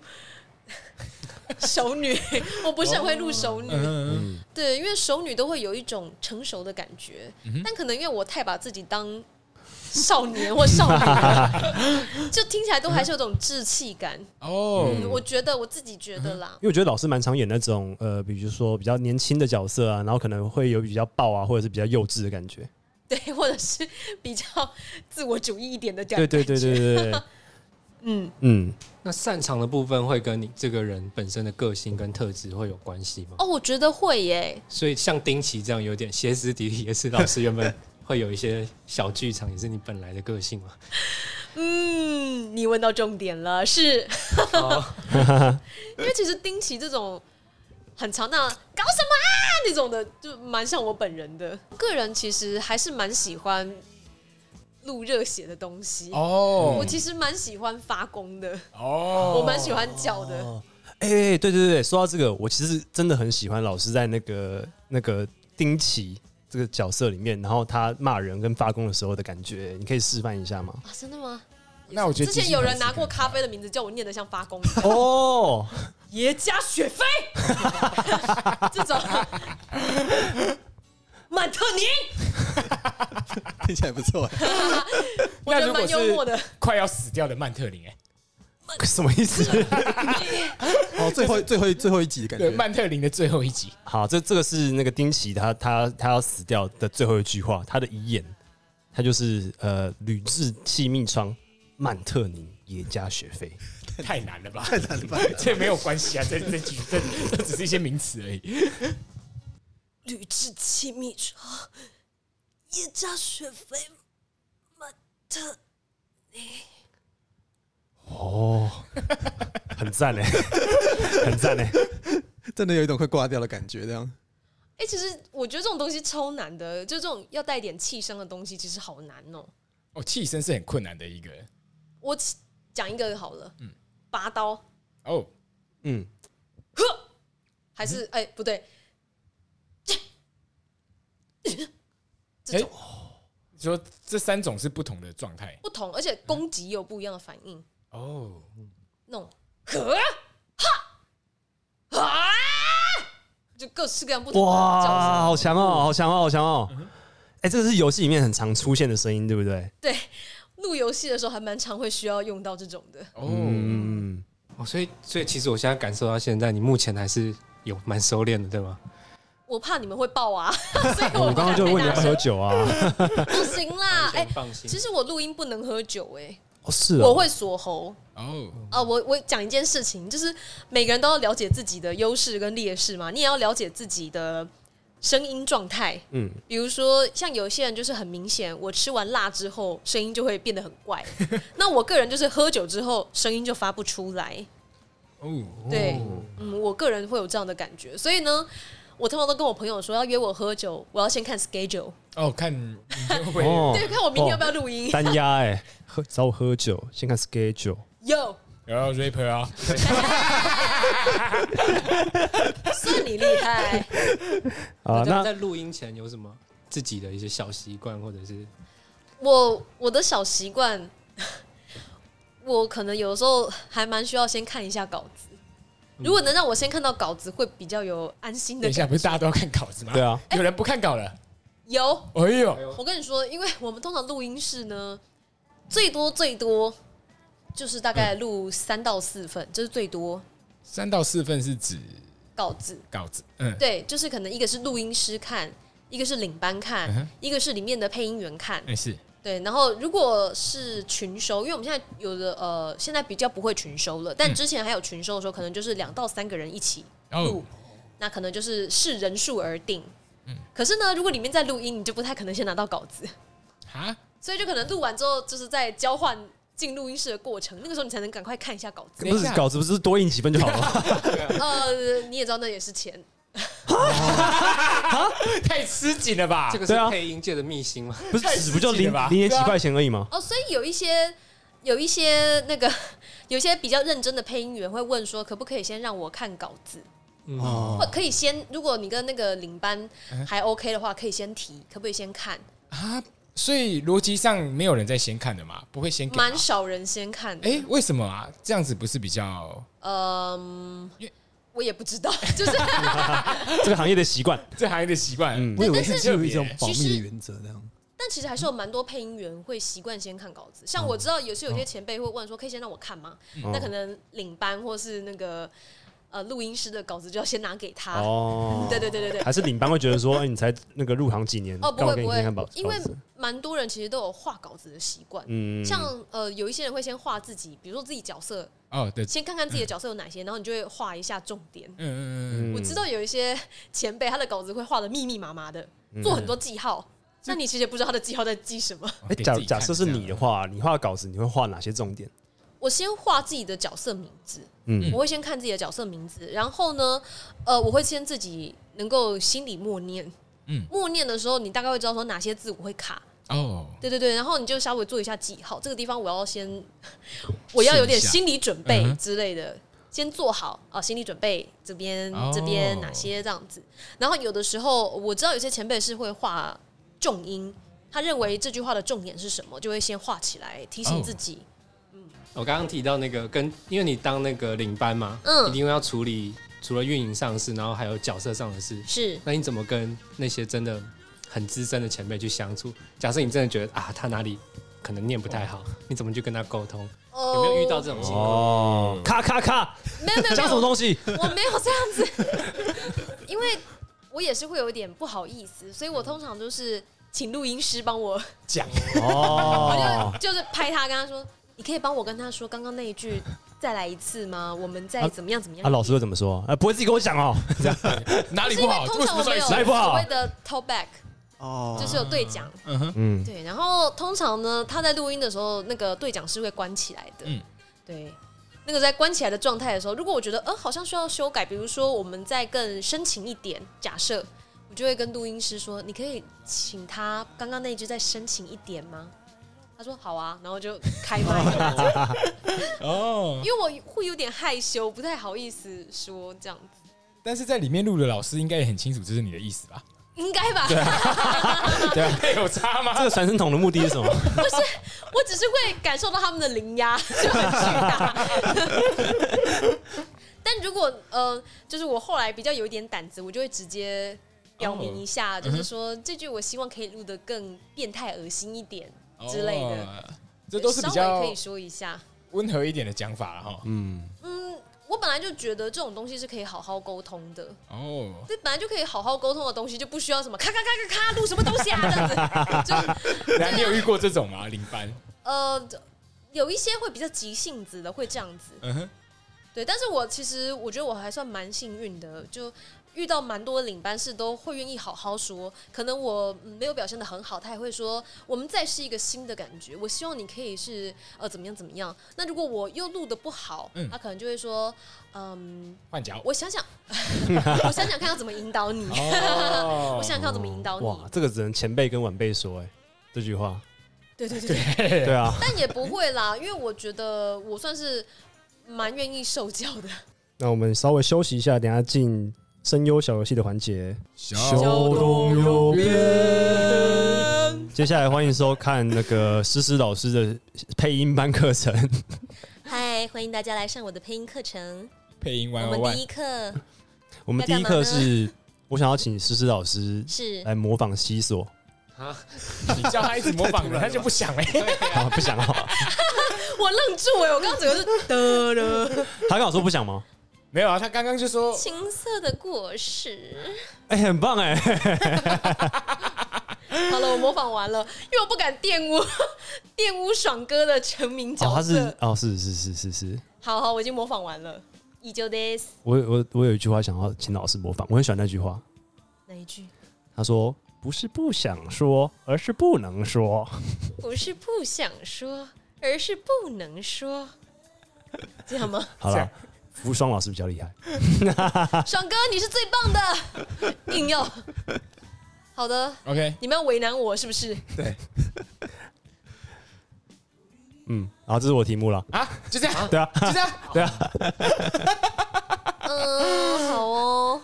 熟女，我不是很会录熟女。嗯，对，因为熟女都会有一种成熟的感觉，但可能因为我太把自己当少年或少女了，就听起来都还是有种稚气感。哦，嗯，我觉得我自己觉得啦，因为我觉得老师蛮常演那种呃，比如说比较年轻的角色啊，然后可能会有比较暴啊，或者是比较幼稚的感觉。对，或者是比较自我主义一点的感对觉。对对对对对， <laughs> 嗯，嗯，那擅长的部分会跟你这个人本身的个性跟特质会有关系吗？哦，我觉得会耶、所以像丁奇这样有点歇斯底里，也是老师原本会有一些小剧场，也是你本来的个性嘛。嗯，你 <laughs> 问到重点了，是哦因为其实丁奇这种很常那搞什么啊那种的，就蛮像我本人的。个人其实还是蛮喜欢录热血的东西。哦，我其实蛮喜欢发功的，哦，我蛮喜欢叫的。哎、对对对对，说到这个，我其实真的很喜欢老师在那个那个丁奇这个角色里面，然后他骂人跟发功的时候的感觉，你可以示范一 <laughs> 下吗？啊，真的吗？那我觉得之前有人拿过卡，咖啡的名字叫我念得像发功一样，哦，耶加雪菲， <laughs> 这 <laughs> 种曼特宁，听起来不错、欸。我那觉得如果蛮幽默的是。快要死掉的曼特林，哎，什么意思？ <laughs> 哦，最后最后最后一集的感对，觉，曼特林的最后一集，好，这这个是那个丁奇他他他要死掉的最后一句话，他的遗言，他就是呃铝制气密窗曼特宁耶加学费。太难了吧？太难了吧？ <laughs> 这没有关系啊，这这句这这只是一些名词而已。 <laughs> 吕雉气密窗，耶加雪菲，曼特。哦， <laughs> 很赞哎， <laughs> 很赞哎。真的有一种快挂掉的感觉，这样。哎、其实我觉得这种东西超难的，就这种要带点气声的东西，其实好难哦、哦，气声是很困难的一个，我起讲一个好了，嗯，拔刀哦，嗯，还是哎、不对，哎，说这三种是不同的状态，不同，而且攻击有不一样的反应，哦，那种呵哈啊，就各式各样不同的哇，叫好声。强哦，好强哦，好强嗯哦。哎，这个是游戏里面很常出现的声音，对不对？对，录游戏的时候还蛮常会需要用到这种的。哦，嗯，哦，所以所以其实我现在感受到现在，你目前还是有蛮收敛的，对吗？我怕你们会爆 <laughs> 啊，所以我不刚刚敢就问你太要不大要声喝，酒啊。不行 <laughs> 啦，哎、完全放心其实我录音不能喝酒、哎。哦，是我哦。会锁喉哦，啊！我我讲一件事情，就是每个人都要了解自己的优势跟劣势嘛，你也要了解自己的声音状态。嗯，比如说，像有些人就是很明显，我吃完辣之后声音就会变得很 <laughs> 怪。那我个人就是喝酒之后声音就发不出来。哦，对，嗯，我个人会有这样的感觉，所以呢。我通常都跟我朋友说要约我喝酒，我要先看 schedule，、哦，看你会不会哦对，看我明天要不要录音。单压哎，喝找我喝酒，先看 schedule。 Yo，然后 rapper 啊，算你厉害。啊，在那在录音前有什么自己的一些小习惯，或者是我我的小习惯， <laughs> 我可能有时候还蛮需要先看一下稿子。如果能让我先看到稿子，会比较有安心嗯等的一下感不觉。是大家都要看稿子吗？对，啊，有人不看稿了，有，哎呦，我跟你说，因为我们通常录音室呢，最多最多就是大概录三到四份，这、是最多三到四份是指稿子。稿子，嗯，对，就是可能一个是录音师看，一个是领班看，嗯哼一个是里面的配音员看。哎是，对，然后如果是群收，因为我们现在有的呃，现在比较不会群收了，但嗯之前还有群收的时候，可能就是两到三个人一起录，哦，那可能就是视人数而定。可是呢，如果里面在录音，你就不太可能先拿到稿子，哈，所以就可能录完之后，就是在交换进录音室的过程，那个时候你才能赶快看一下稿 <laughs> 子。不是稿子，不是多印几分就好 <laughs> 了？呃，你也知道那也是钱，太吃紧了吧？这个对是啊配音界的秘辛吗？ <laughs> 不是太纸不就实际零了吧零点几块钱而已吗？哦，所以有一些有一些那个有一些比较认真的配音员会问说，可不可以先让我看稿子？哦嗯或，可以先，如果你跟那个领班还 OK 的话，可以先提，可不可以先看？啊，所以逻辑上没有人在先看的嘛，不会先给吗蛮少人先看的，哎、为什么啊？这样子不是比较嗯因为，我也不知道， <laughs> 就是这个行业的习惯，这行业的习惯？嗯我以为但是是基于一种保其密的实原则，这样。但其实还是有蛮多配音员会习惯先看稿子。像嗯我知道有些有些前辈会问说，可以先让我看吗？哦那可能领班或是那个呃录音师的稿子就要先拿给他。哦，对对对对对。还是领班会觉得说，哎，你才那个入行几年，哦，不干嘛会给你不先看稿会子，因为蛮多人其实都有画稿子的习惯。嗯像呃，有一些人会先画自己，比如说自己角色哦，对，先看看自己的角色有哪些，然后你就会画一下重点。嗯嗯嗯，我知道有一些前辈，他的稿子会画的密密麻麻的，嗯做很多记号，那你其实也不知道他的记号在记什么。嗯哎，假假设是你的的话，你画稿子你会画哪些重点？ <laughs> 我先画自己的角色名字，嗯我会先看自己的角色名字，然后呢，呃，我会先自己能够心里默念，嗯默念的时候你大概会知道说哪些字我会卡，哦，对对对，然后你就稍微做一下记号，这个地方我要 <laughs> 先，我要有点心理准备嗯哼之类的，先做好啊，心理准备这边、哦这边哪些这样子。然后有的时候我知道有些前辈是会画重音，他认为这句话的重点是什么，就会先画起来提哦醒自己。我刚刚提到那个跟，因为你当那个领班嘛，嗯一定要处理除了运营上的事，然后还有角色上的事。是，那你怎么跟那些真的很资深的前辈去相处？假设你真的觉得啊，他哪里可能念不太好，你怎么去跟他沟通？哦有没有遇到这种情况？哦，咔咔咔，没有没有讲什么没有东西？我没有这样子， <laughs> 因为我也是会有一点不好意思，所以我通常就是请录音师帮我讲哦我，就就是拍他，跟他说：“你可以帮我跟他说刚刚那一句再来一次 <laughs> 吗？我们再啊怎么样怎么 <laughs> 样。啊，老师会怎么说？啊，不会自己跟我讲哦。哪里是不因为好，通为什常么我们算有是哪里不好所谓的 talkback，哦，就是有对讲。嗯哼，嗯，对，然后通常呢，他在录音的时候，那个对讲是会关起来的。嗯对。那个在关起来的状态的时候，如果我觉得呃好像需要修改，比如说我们再更深情一点，假设我就会跟录音师说，你可以请他刚刚那一句再深情一点吗？他说好啊，然后就开麦。哦，因为我会有点害羞，不太好意思说这样子，但是在里面录的老师应该也很清楚这是你的意思 <laughs> 吧？应该吧？啊对啊， <laughs> 有差吗这？个传声筒的目的是什么？我只是会感受到他们的灵压就很巨大。 <laughs> 但如果呃，就是我后来比较有一点胆子，我就会直接表明哦一下，嗯就是说、这句我希望可以录得更变态恶心一点之类的，哦，这都是比稍较微可以说一下。温和一点的讲法了哈。嗯，嗯，我本来就觉得这种东西是可以好好沟通的，哦，这本来就可以好好沟通的东西，就不需要什么咔咔咔咔咔录什么东西啊这样子，就那你有遇过这种吗？领班？呃，有一些会比较急性子的会这样子，嗯哼，对。但是我其实我觉得我还算蛮幸运的，就遇到蛮多领班是都会愿意好好说。可能我嗯没有表现的很好，他也会说我们再是一个新的感觉，我希望你可以是呃怎么样怎么样。那如果我又录的不好，嗯他可能就会说嗯，换脚。我想想，我想想看要怎么引导你， <laughs> 我哦想想看要怎么引导你哇，。这个只能前辈跟晚辈说，哎，这句话。对对对对，对啊，但也不会啦，因为我觉得我算是蛮愿意受教的。那我们稍微休息一下，等一下进声优小游戏的环节。东右边。接下来欢迎收看那个诗诗老师的配音班课 <laughs> 程。嗨，欢迎大家来上我的配音课程。配音我 one 们 on 第 one，一课我们第一课是，我想要请诗诗老师是来模仿西索。 <laughs> 你叫他一直模 <laughs> <laughs> 仿人，他就不想哎。啊，不想哦。我愣住哎、我刚刚整个是的了。他跟我说不想 <laughs> 吗？没有啊，他刚刚就说 <laughs> 青色的果实。哎、很棒哎、好了，我模仿完了，因为我不敢玷污 <laughs> 玷污爽哥的成名哦，角他色。是哦，是是是是是。好好，我已经模仿完了。依旧 this 我我我有一句话想要请老师模仿，我很喜欢那句话。哪一句？他说：“不是不想说，而是不能说。不是不想说，而是不能说，这 <laughs> 样吗？”好了这样，无双老师比较厉害。爽哥，你是最棒的，硬要。好的， OK，你们要为难我是不是？嗯，然后这是我的题目了。啊，就这 <laughs> 样，对啊，就这样，嗯，好哦，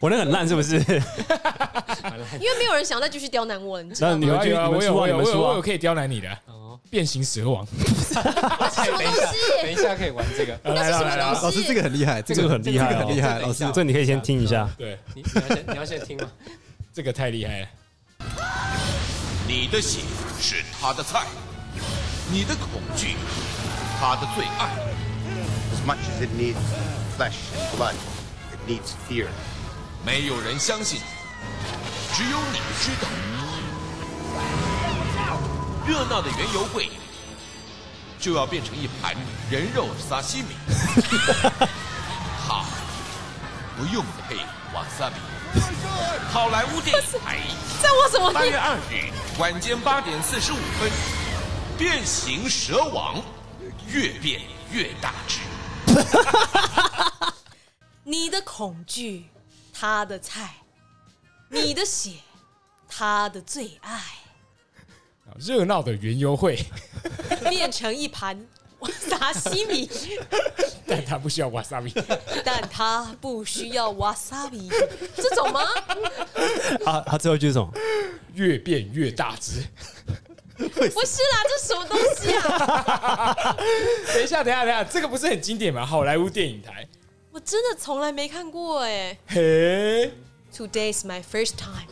我那个很烂是不是？因为没有人想要再继续刁难我，你知那道吗？你有们啊去，有啊，你我们有输啊，我你有们我有输我啊有。可以刁难你的哦，变形蛇王， <laughs> 什么东等西？一下可以玩这个，呃来了来了，老师这个很厉害，这这个个很厉害这个很厉哦，害，这个老师等一这你可以先听一下。对，你你要先你要先听吗？这个太厉害了，你的血是他的菜，你的恐惧，他的最爱。 As much as it needs flesh and blood, it needs fear. 没有人相信你，只有你知道。热闹的原油柜就要变成一盘人肉沙西米，他不用配瓦萨比。好莱坞电影台在我什么八地月？二日晚间八点四十五分，《变形蛇王》越变越大只。你的恐惧，他的菜；你的血，他的最爱，热闹的园游会，变成一盘沙西米， <laughs> 但他不需要瓦萨米。但他不需要 wasabi，这种吗？他他啊最后一句是什么？ <laughs> 越变越大只。不是啦，这什么东西啊？等一下，等一下，等一下，这个不是很经典吗？好莱坞电影台，我真的从来没看过哎、嘿， Today's my first time。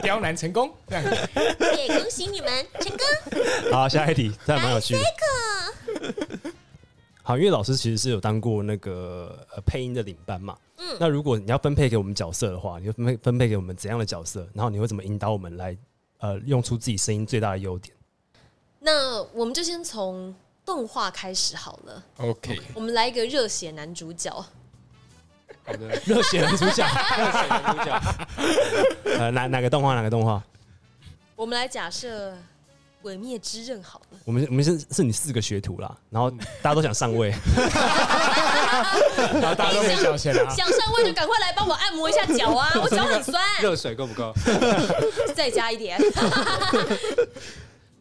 刁难成功，这样子对，哎恭喜你们成功。 <laughs> 好，下一题，这还蛮有趣的。 <laughs> 好，因为老师其实是有当过那个呃配音的领班嘛。嗯。那如果你要分配给我们角色的话，你会分配分配给我们怎样的角色？然后你会怎么引导我们来呃用出自己声音最大的优点？那我们就先从动画开始好了， OK，我们来一个热血男主角。好的， <laughs> 热血男主角，男主角 <laughs> 呃，哪哪个动画？哪个动画？我们来假设《鬼灭之刃》好了，我们我们是是你四个学徒啦，然后大家都想上位， <laughs> 然后大家都没小钱 <laughs> 啊。想上位就赶快来帮我按摩一下脚 <laughs> 啊，我脚很酸，热水够不够？再加一点。那老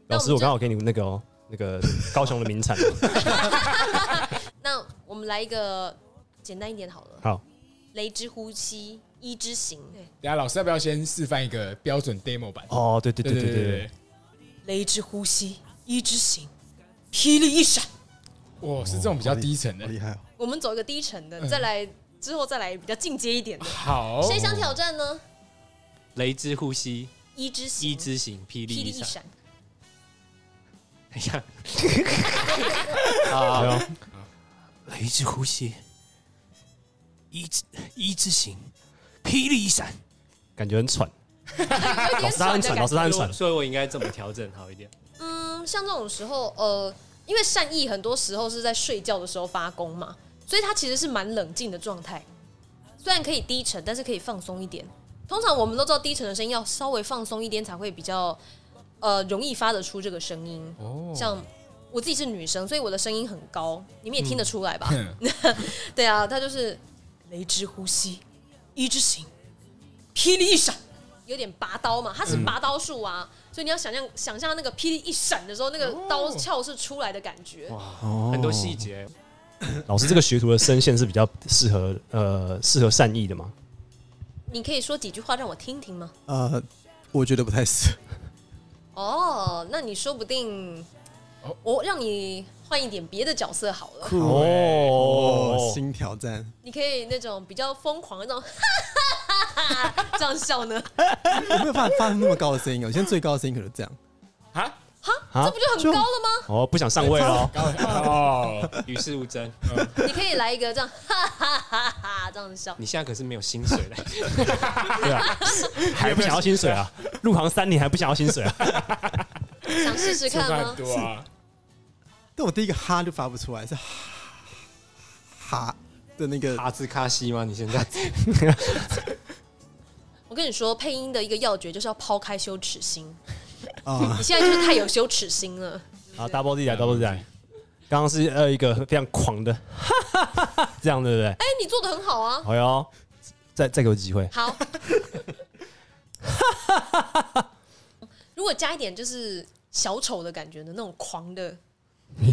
我们师，就我刚好给你那个哦，那个高雄的名产。那我们来一个简单一点好了，好，雷之呼吸，一之行，等一下老师要不要先示范一个标准 demo 版？哦，对对对对对对，雷之呼吸，一之行，霹雳一闪。对，哇，是这种比较低沉的好。厉害哦！我们走一个低沉嗯的，再来之后再来比较进阶一点的。好，谁想挑战呢？雷之呼吸，一之行，一之行，霹霹雳雳一一闪。闪，等一下，好啊，哦哎雷之呼吸，一之一之行，霹雳一闪。感觉很喘，有老点师他爽很的喘，感老师觉。他很所喘以，所以我应该怎么调整好一点？嗯，像这种时候，呃，因为善意很多时候是在睡觉的时候发功嘛，所以他其实是蛮冷静的状态。虽然可以低沉，但是可以放松一点。通常我们都知道，低沉的声音要稍微放松一点才会比较，呃，容易发得出这个声音。像我自己是女生，所以我的声音很高，你们也听得出来吧？对啊，他就是雷之呼吸，一之行，霹雳一闪，有点拔刀嘛，它是嗯拔刀术啊，所以你要想象想象那个霹雳一闪的时候，那个刀鞘是出来的感觉。哦很多细节，老师这个学徒的声线是比较适合呃适合善意的嘛？你可以说几句话让我听听吗？呃，我觉得不太是，哦，那你说不定哦我让你换一点别的角色好了，哦，哦，新挑战，你可以那种比较疯狂的那种 <laughs> 这样笑呢，我没有办法发出那么高的声音哦。现在最高的声音可能这样，啊，这不就很高了吗？哦，不想上位了哦，哦，与世无争。 <laughs> 你可以来一个这样 <laughs> 哈哈哈哈这样笑。你现在可是没有薪水 <laughs> 的，对啊，还不想要薪水啊？入行三年还不想要薪 <laughs> 水啊？想试试这看很吗？多啊。但我第一个哈就发不出来，是哈 <laughs> 哈的那个阿兹卡西吗？你现在我跟你说，配音的一个要诀就是要抛开羞耻心。啊 <laughs> 你，现在就是太有羞耻心了，啊，double 嗯 D 来，double D 来，刚刚是呃一个非常狂的， <laughs> 这样对不对？哎、你做的很好啊。好哟，再再给我 <laughs> 机会， <laughs> 好，如果加一点就是小丑的感觉的那种狂的，哎、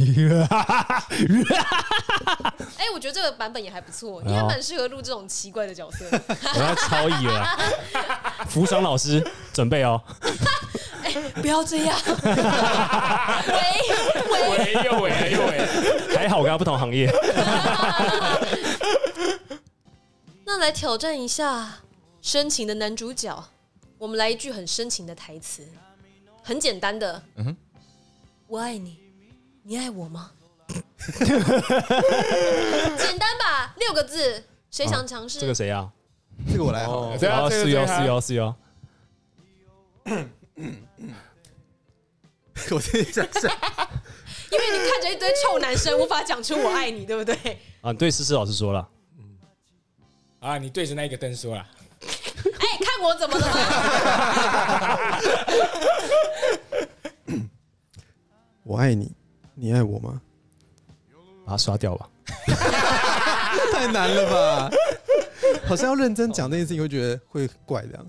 我觉得这个版本也还不错，你还蛮适合录这种奇怪的角色。我要超意了啊。福爽老师准备哦， <laughs> 不要这样， <laughs> 喂喂，喂，又喂了，又喂 <laughs> 了。还好我跟他不同行业，那来挑战一下深情的男主角，我们来一句很深情的台词，很简单的，嗯我爱你，你爱我吗？简单吧，六个字，谁想尝试？这个谁啊？这个我来好了，哦，对啊，哦，这个是这哟个他是哟是哟， <laughs> 我这一下是因为你看着一堆臭男生，无法讲出我爱你，对 <laughs> 哎不对？啊，对，思思老师说了，啊，你对着那一个灯说啦。哎、看我怎么哦了？ <laughs> 我爱你，你爱我吗？把它刷掉吧。太难了 <laughs> 吧？好像要认真讲这件事情，会觉得会怪这样。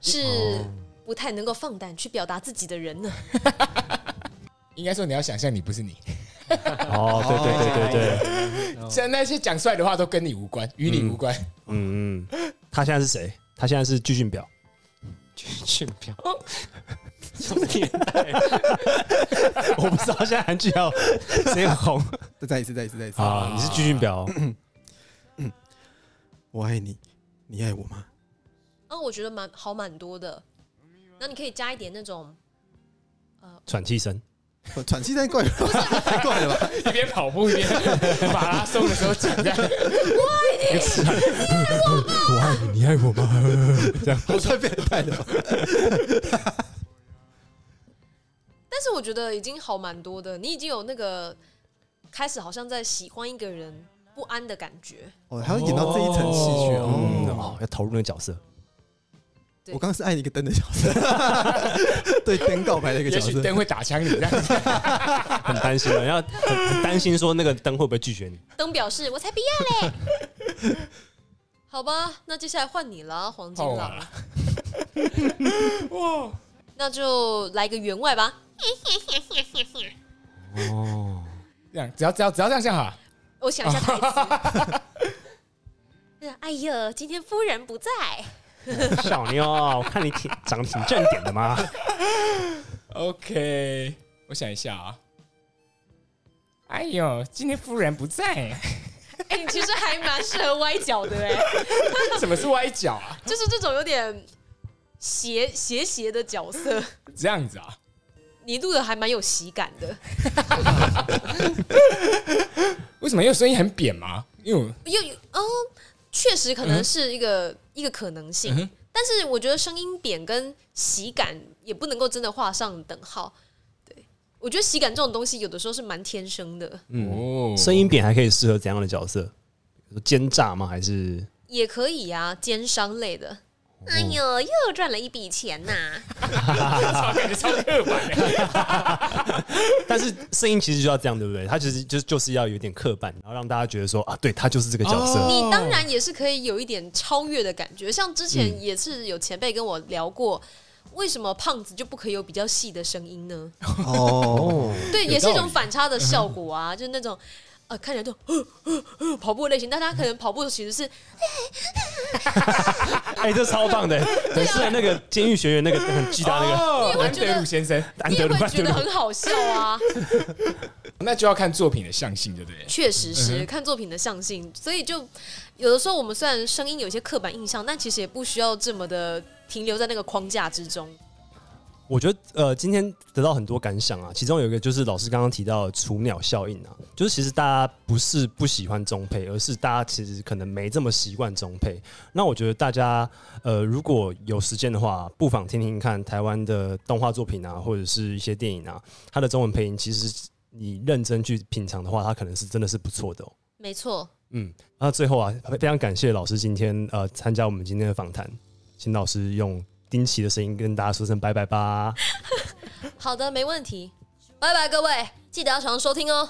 是不太能够放胆去表达自己的人呢。应该说你要想象你不是你，哦，对对对对对，像那些讲出来的话都跟你无关，与你无关。嗯嗯，他现在是谁？他现在是巨俊表，俊表，什么年代？ <laughs> 我不知道现在韩剧要 <laughs> 谁很红再再一次，再一次，再一次。啊？你是巨俊表，我爱你，你爱我吗？啊，我觉得蛮好蛮多的。然后你可以加一点那种，喘气声，我喘气太怪 <laughs> 了吧，太怪了吧？一边跑步一 <laughs> 边马拉松的时候讲这样，我爱嗯你，你爱我吗？这样我太变态了 <laughs> 吧？但是我觉得已经好蛮多的。你已经有那个开始好像在喜欢一个人不安的感觉。哦，还要演到这一层戏去嗯哦。哦，要投入那个角色，对我刚刚是爱你一个灯的角 <laughs> 色，对灯告白的一个角 <laughs> 也许色。灯会打枪你这样。很担心啊了，要很很担心说那个灯会不会拒绝 <laughs> 你？灯表示我才不要嘞。好吧，那接下来换你了，黄金换 <laughs> 狼。我哇，那就来个员外吧。这样，只要只要只要这样就好。我想一下台词。 <laughs> 哎呀，今天夫人不在，小妞，我看你挺长得挺正点的 <laughs> 嘛。 OK，我想一下啊。 <laughs> 哎呦，今天夫人不在， <laughs> 哎、你其实还蛮适合歪脚的哎、什么是歪脚啊？就是这种有点斜斜斜的角色，这样子啊？你录的还蛮有喜感的，为什么？因为声音很扁吗？因为我又有哦，确实可能是一个、一个可能性，嗯但是我觉得声音扁跟喜感也不能够真的画上等号，对。我觉得喜感这种东西，有的时候是蛮天生的，嗯，哦，声音扁还可以适合怎样的角色？比如说奸诈吗？还是也可以啊，奸商类的。哦哎呦，又赚了一笔钱呐、超感觉超刻板的。但是声音其实就要这样，对不对？他其实就就是要有点刻板，然后让大家觉得说啊，对他就是这个角色。哦你当然也是可以有一点超越的感觉，像之嗯前也是有前辈跟我聊过，为什么胖子就不可以有比较细的声音呢？哦，对，有也是一道种理反差的效果啊， <laughs> 就是那种呃，看起来就 <gasps> 呃呃呃跑步的类型，但他可能跑步其实是嗯哎、这超棒的，很适合那个监狱学员那个很巨大那个哦， <laughs> 安觉得德鲁先生，安你德也鲁，会安觉德得鲁。<laughs> 很好笑 <laughs> 啊。那就要看作品的相性，对不对？确实嗯是看作品的上性，所以就有的时候我们虽然声音有一些刻板印象，但其实也不需要这么的停留在那个框架之中。我觉得呃，今天得到很多感想啊，其中有一个就是老师刚刚提到的雏鸟效应啊，就是其实大家不是不喜欢中配，而是大家其实可能没这么习惯中配。那我觉得大家呃，如果有时间的话，不妨听听看台湾的动画作品啊，或者是一些电影啊，它的中文配音其实你认真去品尝的话，它可能是真的是不错的、哦。没错，嗯，那最后啊，非非常感谢老师今天呃参加我们今天的访谈，请老师用丁奇的声音跟大家说声拜拜吧。好的，没问题，拜拜各位，记得要常收听哦。